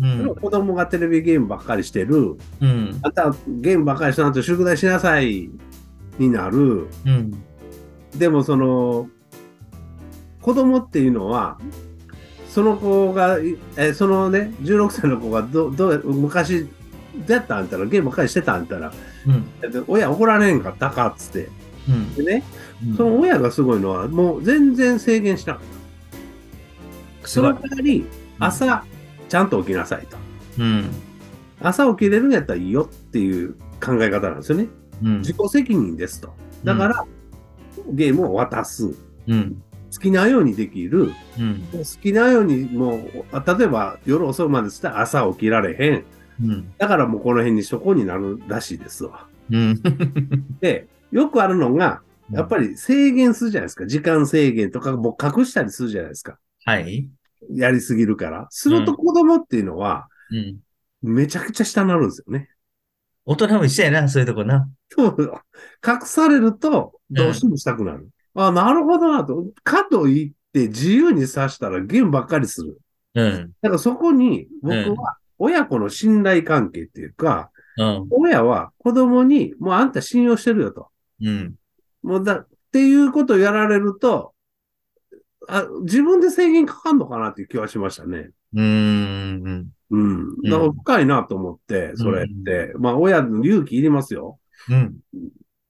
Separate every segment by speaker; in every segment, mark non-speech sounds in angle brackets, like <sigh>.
Speaker 1: うん
Speaker 2: でも子供がテレビゲームばっかりしてる、
Speaker 1: うん
Speaker 2: あんたゲームばっかりしたなんて宿題しなさいになる。
Speaker 1: うん
Speaker 2: でもその子供っていうのはその子がいえそのね16歳の子がどどう昔どうやったあんたらゲームばっかりしてたあんたら
Speaker 1: うん
Speaker 2: だって親怒られへんかったかっつって
Speaker 1: うん
Speaker 2: でね
Speaker 1: うん
Speaker 2: その親がすごいのはもう全然制限しなかった
Speaker 1: す
Speaker 2: そ
Speaker 1: ごい
Speaker 2: の代わり朝ちゃんと起きなさいと
Speaker 1: うん
Speaker 2: 朝起きれるんやったらいいよっていう考え方なんですよね
Speaker 1: うん
Speaker 2: 自己責任ですとだから、ゲームを渡す好
Speaker 1: うん
Speaker 2: きなようにできる
Speaker 1: うん
Speaker 2: 好きなようにもうあ例えば夜遅くまでしたら朝起きられへん
Speaker 1: うん
Speaker 2: だからもうこの辺にそこになるらしいですわ
Speaker 1: うん
Speaker 2: でよくあるのがやっぱり制限するじゃないですか時間制限とかもう隠したりするじゃないですか
Speaker 1: はい
Speaker 2: やりすぎるからすると子供っていうのは
Speaker 1: うん
Speaker 2: めちゃくちゃ下になるんですよね、
Speaker 1: 大人も一緒やなそういうとこな
Speaker 2: そうよ隠されるとどうしてもしたくなる、あなるほどなとかといって自由にさしたらゲームばっかりする
Speaker 1: うん
Speaker 2: だからそこに僕
Speaker 1: うん
Speaker 2: は親子の信頼関係っていうか、
Speaker 1: うん
Speaker 2: 親は子供にもうあんた信用してるよと。
Speaker 1: うん
Speaker 2: もうだ、っていうことをやられると、あ自分で制限かかんのかなっていう気はしましたね。
Speaker 1: うーん
Speaker 2: うん。だから深いなと思って、それって。まあ、親の勇気いりますよ。
Speaker 1: うん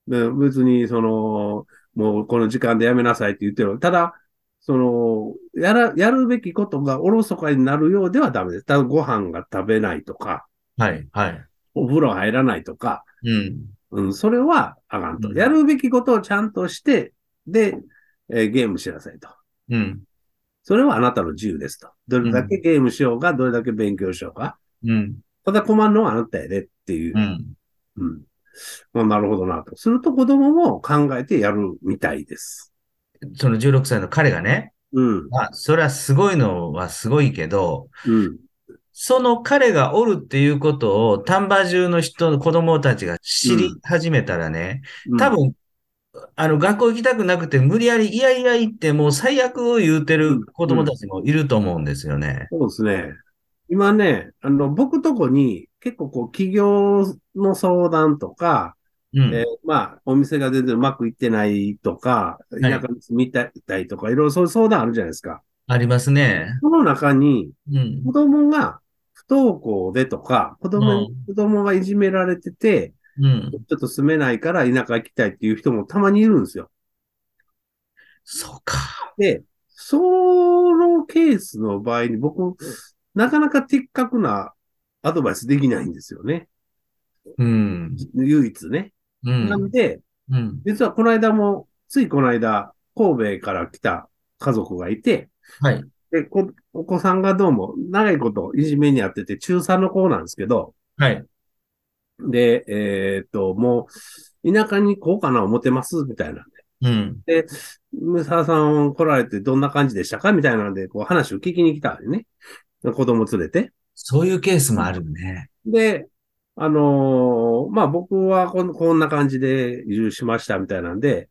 Speaker 2: で別に、その、もうこの時間でやめなさいって言ってる。ただ、その、やら、やるべきことがおろそかになるようではダメです。ただご飯が食べないとか、
Speaker 1: はいはい
Speaker 2: お風呂入らないとか、
Speaker 1: うん
Speaker 2: うん、それはあかんと。
Speaker 1: うん
Speaker 2: やるべきことをちゃんとして、で、えーゲームしなさいと。
Speaker 1: うん
Speaker 2: それはあなたの自由ですと。どれだけゲームしようが、どれだけ勉強しようが。
Speaker 1: うん
Speaker 2: ただ困るのはあなたやでっていう
Speaker 1: う。ん
Speaker 2: うん。まあなるほどなと。すると子供も考えてやるみたいです。
Speaker 1: その16歳の彼がね
Speaker 2: うん。
Speaker 1: まあそれはすごいのはすごいけど
Speaker 2: うん。
Speaker 1: その彼がおるっていうことを丹波中の人の子供たちが知り始めたらね、
Speaker 2: うん
Speaker 1: 多、分、あの、学校行きたくなくて無理やり、いやいや行ってもう最悪を言うてる子供たちもいると思うんですよね。
Speaker 2: そうですね。今ね、あの、僕とこに結構こう企業の相談とか、
Speaker 1: う
Speaker 2: えー
Speaker 1: ん。
Speaker 2: まあ、お店が全然うまくいってないとか、
Speaker 1: い
Speaker 2: 田舎に住みたいとか、いろいろそういう相談あるじゃないですか。
Speaker 1: ありますね。
Speaker 2: その中に、
Speaker 1: うん
Speaker 2: 子。供が不登校でとか、子供に、子供がいじめられてて、
Speaker 1: うん。
Speaker 2: ちょっと住めないから田舎行きたいっていう人もたまにいるんですよ。
Speaker 1: そうか。
Speaker 2: で、そのケースの場合に僕、なかなか的確なアドバイスできないんですよね。
Speaker 1: うん。
Speaker 2: 唯一ね。
Speaker 1: う
Speaker 2: なん
Speaker 1: ん。
Speaker 2: で、
Speaker 1: うん。
Speaker 2: 実はこの間も、ついこの間、神戸から来た家族がいて、
Speaker 1: はい。
Speaker 2: で、こお子さんがどうも長いこといじめにあってて、中3の子なんですけど、
Speaker 1: はい。
Speaker 2: で、えーっと、もう、田舎に行こうかな思ってます、みたいなん
Speaker 1: うん。
Speaker 2: で。で、ムサさん来られてどんな感じでしたかみたいなんで、こう話を聞きに来たんでね。子供連れて。
Speaker 1: そういうケースもあるね。
Speaker 2: で、あのーまあ、僕はこんこんな感じで移住しましたみたいなんで、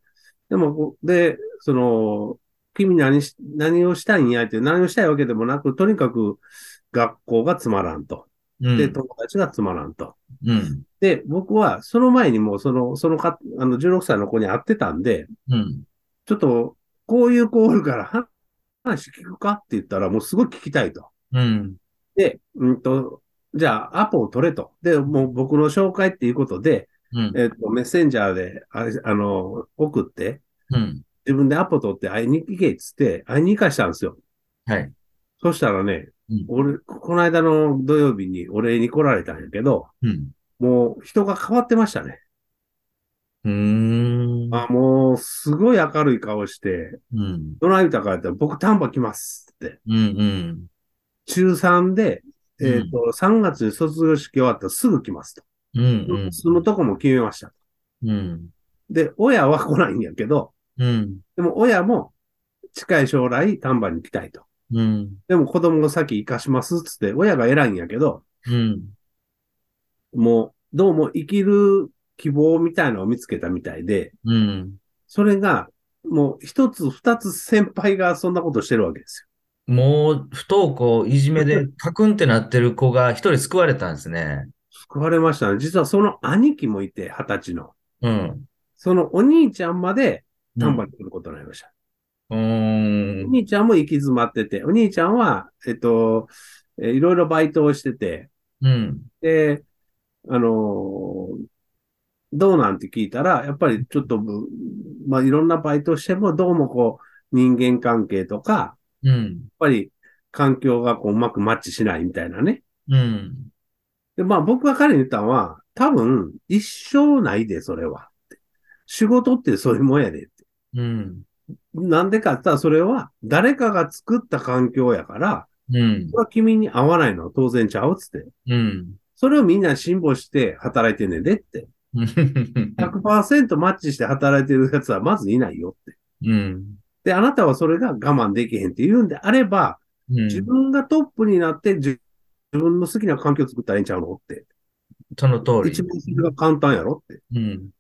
Speaker 2: でもこ、で、その、君何し、何をしたいんやって、何をしたいわけでもなく、とにかく学校がつまらんと。
Speaker 1: う
Speaker 2: で、
Speaker 1: ん。
Speaker 2: 友達がつまらんと。
Speaker 1: うん。
Speaker 2: で、僕はその前にもうその、そのか、あの、16歳の子に会ってたんで、
Speaker 1: うん。
Speaker 2: ちょっと、こういう子おるからは話聞くかって言ったら、もうすごい聞きたいと。
Speaker 1: うん。
Speaker 2: で、うんと、じゃあ、アポを取れと。で、もう僕の紹介っていうことで、
Speaker 1: うん。
Speaker 2: えっ、と、メッセンジャーで、ああの、送って、
Speaker 1: うん。
Speaker 2: 自分でアポ取って会いに行けっつって、会いに行かしたんですよ。
Speaker 1: はい。
Speaker 2: そしたらね、
Speaker 1: うん
Speaker 2: 俺、この間の土曜日にお礼に来られたんやけど、
Speaker 1: うん。
Speaker 2: もう人が変わってましたね。
Speaker 1: うーん。
Speaker 2: あもう、すごい明るい顔して、
Speaker 1: うん。
Speaker 2: どない言うたかって、僕、丹波来ますって。
Speaker 1: うん。うん。
Speaker 2: 中3で、えっ、
Speaker 1: うん
Speaker 2: と、3月に卒業式終わったらすぐ来ますと。
Speaker 1: うんうん。
Speaker 2: 住むとこも決めました。
Speaker 1: うん。
Speaker 2: で、親は来ないんやけど、
Speaker 1: うん。
Speaker 2: でも親も近い将来丹波に来たいと。
Speaker 1: うん。
Speaker 2: でも子供が先行かしますっつって、親が偉いんやけど、
Speaker 1: うん。
Speaker 2: もうどうも生きる希望みたいのを見つけたみたいで、
Speaker 1: うん。
Speaker 2: それがもう一つ二つ先輩がそんなことしてるわけです
Speaker 1: もう不登校、いじめ
Speaker 2: <laughs>
Speaker 1: でカクンってなってる子が一人救われたんですね。
Speaker 2: 救われましたね。実はその兄貴もいて、二十歳の。
Speaker 1: うん。
Speaker 2: そのお兄ちゃんまで丹波に来ることになりました。
Speaker 1: うー
Speaker 2: お
Speaker 1: ん。
Speaker 2: 兄ちゃんも行き詰まってて、お兄ちゃんは、えっと、えーいろいろバイトをしてて、
Speaker 1: うん。
Speaker 2: で、あのーどうなんて聞いたら、やっぱりちょっと、ぶまあ、いろんなバイトをしても、どうもこう、人間関係とか、
Speaker 1: うん。
Speaker 2: やっぱり環境がこう、うまくマッチしないみたいなね。
Speaker 1: うん。
Speaker 2: で、まあ僕が彼に言ったのは、多分、一生ないで、それは。仕事ってそういうもんやで。
Speaker 1: うん。
Speaker 2: なんでかって言ったら、それは誰かが作った環境やから、
Speaker 1: うん
Speaker 2: そ。れは君に合わないのは当然ちゃうっつって。
Speaker 1: うん。
Speaker 2: それをみんな辛抱して働いてんねんでって。100%マッチして働いてるやつはまずいないよって。
Speaker 1: うん。
Speaker 2: で、あなたはそれが我慢できへんって言うんであれば、
Speaker 1: うん
Speaker 2: 自分がトップになって自自分の好きな環境を作ったらええんちゃうのって。
Speaker 1: その通り。
Speaker 2: 一番それが簡単やろって。
Speaker 1: うん。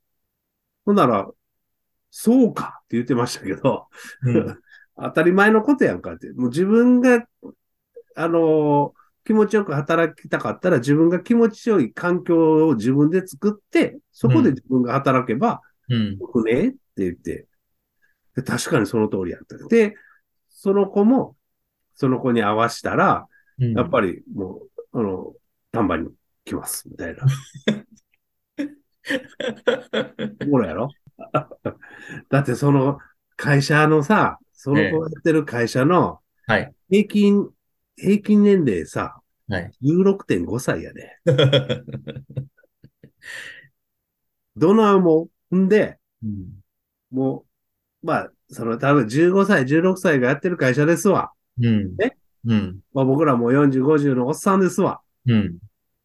Speaker 2: ほんなら、そうかって言ってましたけど、
Speaker 1: うん。
Speaker 2: 当たり前のことやんかって。もう自分が、あのー気持ちよく働きたかったら自分が気持ちよい環境を自分で作って、そこで自分が働けば、
Speaker 1: うん。
Speaker 2: 僕ねって言ってで確かにその通りやった。で、その子も、その子に合わしたら、
Speaker 1: うん
Speaker 2: やっぱりもう、あの、丹波に来ます、みたいな。ほらやろ <laughs> だってその会社のさ、その子
Speaker 1: ええ
Speaker 2: がやってる会社の
Speaker 1: はい
Speaker 2: 平均、平均年齢さ、
Speaker 1: はい
Speaker 2: 16.5歳やで。どないもん。んで、
Speaker 1: うん。
Speaker 2: もう、まあ、その多分15歳、16歳がやってる会社ですわ。
Speaker 1: うん。
Speaker 2: え
Speaker 1: うん。
Speaker 2: まあ僕らもう40、50のおっさんですわ。
Speaker 1: うん。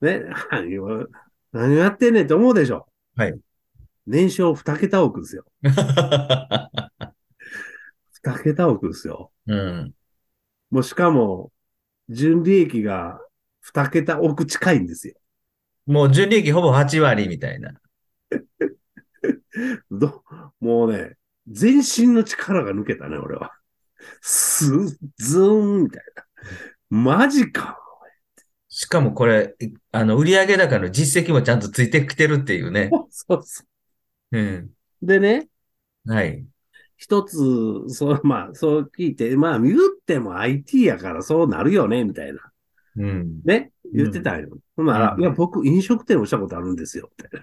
Speaker 2: ね、 <laughs> 何を、何をやってんねんって思うでしょ。
Speaker 1: はい。
Speaker 2: 年商2桁億ですよ。2桁億ですよ。
Speaker 1: うん。
Speaker 2: もうしかも、純利益が2桁億近いんですよ。
Speaker 1: もう純利益ほぼ8割みたいな。
Speaker 2: どもうね、全身の力が抜けたね、俺は。す、ずーんみたいな。マジか。
Speaker 1: しかもこれ、あの、売上高の実績もちゃんとついてきてるっていう <laughs> ね。
Speaker 2: そうそ
Speaker 1: うん。
Speaker 2: う。でね、
Speaker 1: はい。
Speaker 2: 一つ、そう、まあ、そう聞いて、まあ、言っても IT やからそうなるよね、みたいな。
Speaker 1: うん。
Speaker 2: ね、言ってたんよ。ほんなら、
Speaker 1: うん
Speaker 2: いや、僕、飲食店をしたことあるんですよ、みたい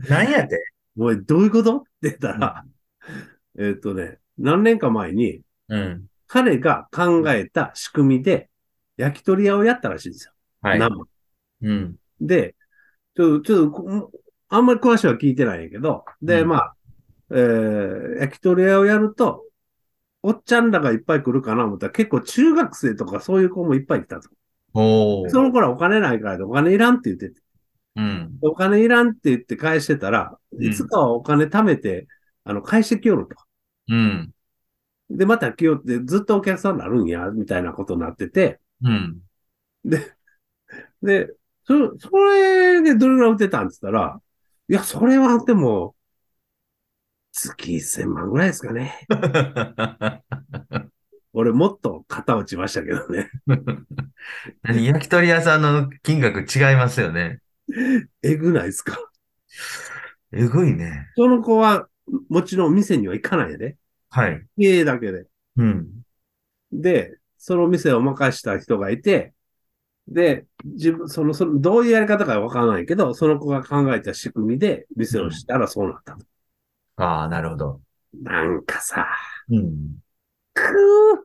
Speaker 2: な。
Speaker 1: なんや <laughs> て。
Speaker 2: おい、どういうことって言ったら、えっとね、何年か前に、
Speaker 1: うん。
Speaker 2: 彼が考えた仕組みで、焼き鳥屋をやったらしいんですよ。
Speaker 1: はい。
Speaker 2: 生
Speaker 1: うん。
Speaker 2: で、ちょっと、ちょっとこ、あんまり詳しくは聞いてないんやけど、で、
Speaker 1: うん
Speaker 2: まあ、えー、焼き鳥屋をやると、おっちゃんらがいっぱい来るかな思ったら、結構中学生とかそういう子もいっぱい来たと。
Speaker 1: お
Speaker 2: そ
Speaker 1: ー。
Speaker 2: の頃はお金ないからでお金いらんって言ってて、
Speaker 1: うん。
Speaker 2: お金いらんって言って返してたら、
Speaker 1: うん
Speaker 2: いつかはお金貯めて、あの、返してきよると。
Speaker 1: うん。
Speaker 2: で、また来よって、ずっとお客さんになるんや、みたいなことになってて、
Speaker 1: うん。 <laughs>
Speaker 2: で、そ、それでどれぐらい売ってたんって言ったら、いや、それはでも、月1000万ぐらいですかね。俺もっと肩落ちましたけどね。 <laughs>
Speaker 1: 何焼き鳥屋さんの金額違いますよね。
Speaker 2: えぐないですか。
Speaker 1: えぐいね。
Speaker 2: その子は、もちろん店には行かないで。
Speaker 1: はい。
Speaker 2: 家だけで。
Speaker 1: うん。
Speaker 2: で、その店を任した人がいて、で、自分、その、その、どういうやり方かわからないけど、その子が考えた仕組みで店をしたらそうなったと。
Speaker 1: ああ、なるほど。
Speaker 2: なんかさ、
Speaker 1: うん。
Speaker 2: くー、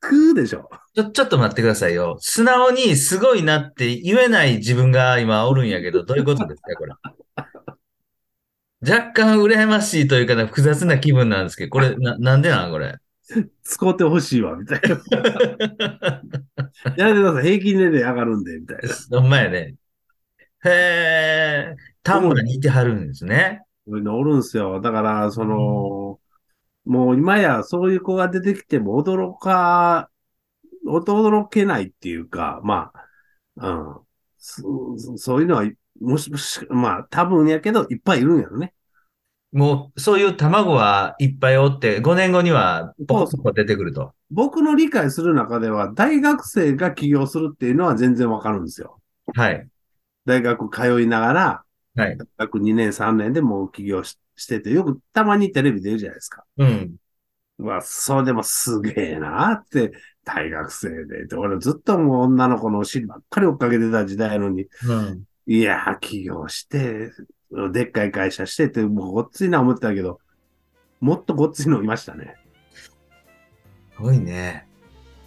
Speaker 2: くーでしょ。
Speaker 1: ちょ、ちょっと待ってくださいよ。素直にすごいなって言えない自分が今おるんやけど、どういうことですか、これ。 <laughs> 若干羨ましいというか、複雑な気分なんですけど、これ、な、なんでなん、これ。
Speaker 2: 使ってほしいわ、みたいな。やめてください。平均年齢上がるんで、みたいな。
Speaker 1: ほんまやね。へえ、丹波にいてはるんですね。
Speaker 2: そういうのおるんすよ。だから、その、もう今やそういう子が出てきても驚か、驚けないっていうか、まあ、うん、そそういうのは、もしもし、まあ、多分やけど、いっぱいいるんやろね。
Speaker 1: もう、そういう卵はいっぱいおって、5年後にはポコポコ出てくると。
Speaker 2: 僕の理解する中では、大学生が起業するっていうのは全然わかるんですよ。
Speaker 1: はい。
Speaker 2: 大学通いながら、
Speaker 1: はい。
Speaker 2: 大学2年3年でもう起業ししてて、よくたまにテレビ出るじゃないですか。
Speaker 1: うん。
Speaker 2: うわ、そうでもすげえなって、大学生で。で、俺ずっともう女の子のお尻ばっかり追っかけてた時代やのに、
Speaker 1: うん。
Speaker 2: いやー、起業して、でっかい会社してって、もうごっついな思ってたけど、もっとごっついのいましたね。
Speaker 1: すごいね。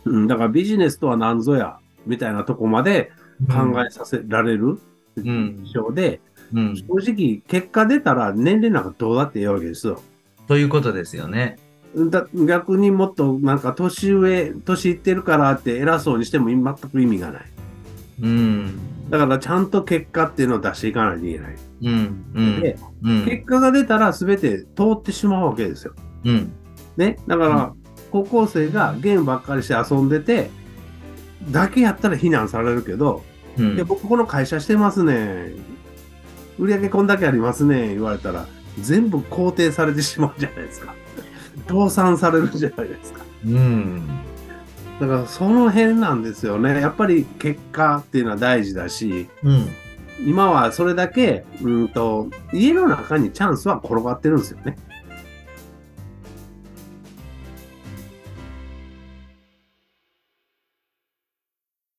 Speaker 2: うん、だからビジネスとは何ぞや、みたいなとこまで考えさせられる
Speaker 1: うん。
Speaker 2: ようで、
Speaker 1: うん。
Speaker 2: 正直、結果出たら年齢なんかどうだって言うわけですよ。
Speaker 1: ということですよね。
Speaker 2: だ逆にもっとなんか年上、年いってるからって偉そうにしても全く意味がない。
Speaker 1: うん。
Speaker 2: だからちゃんと結果っていうのを出していかないといけない。
Speaker 1: うん。うん。
Speaker 2: で、
Speaker 1: うん。
Speaker 2: 結果が出たら全て通ってしまうわけですよ。
Speaker 1: うん。
Speaker 2: ね。だから、高校生がゲームばっかりして遊んでて、だけやったら非難されるけど、
Speaker 1: うん
Speaker 2: で、僕この会社してますね。売上こんだけありますね。言われたら、全部肯定されてしまうじゃない
Speaker 1: <laughs>
Speaker 2: ですか。倒産されるじゃないですか。
Speaker 1: うん。
Speaker 2: だからその辺なんですよね。やっぱり結果っていうのは大事だし、
Speaker 1: うん。
Speaker 2: 今はそれだけ、うんと、家の中にチャンスは転がってるんですよね。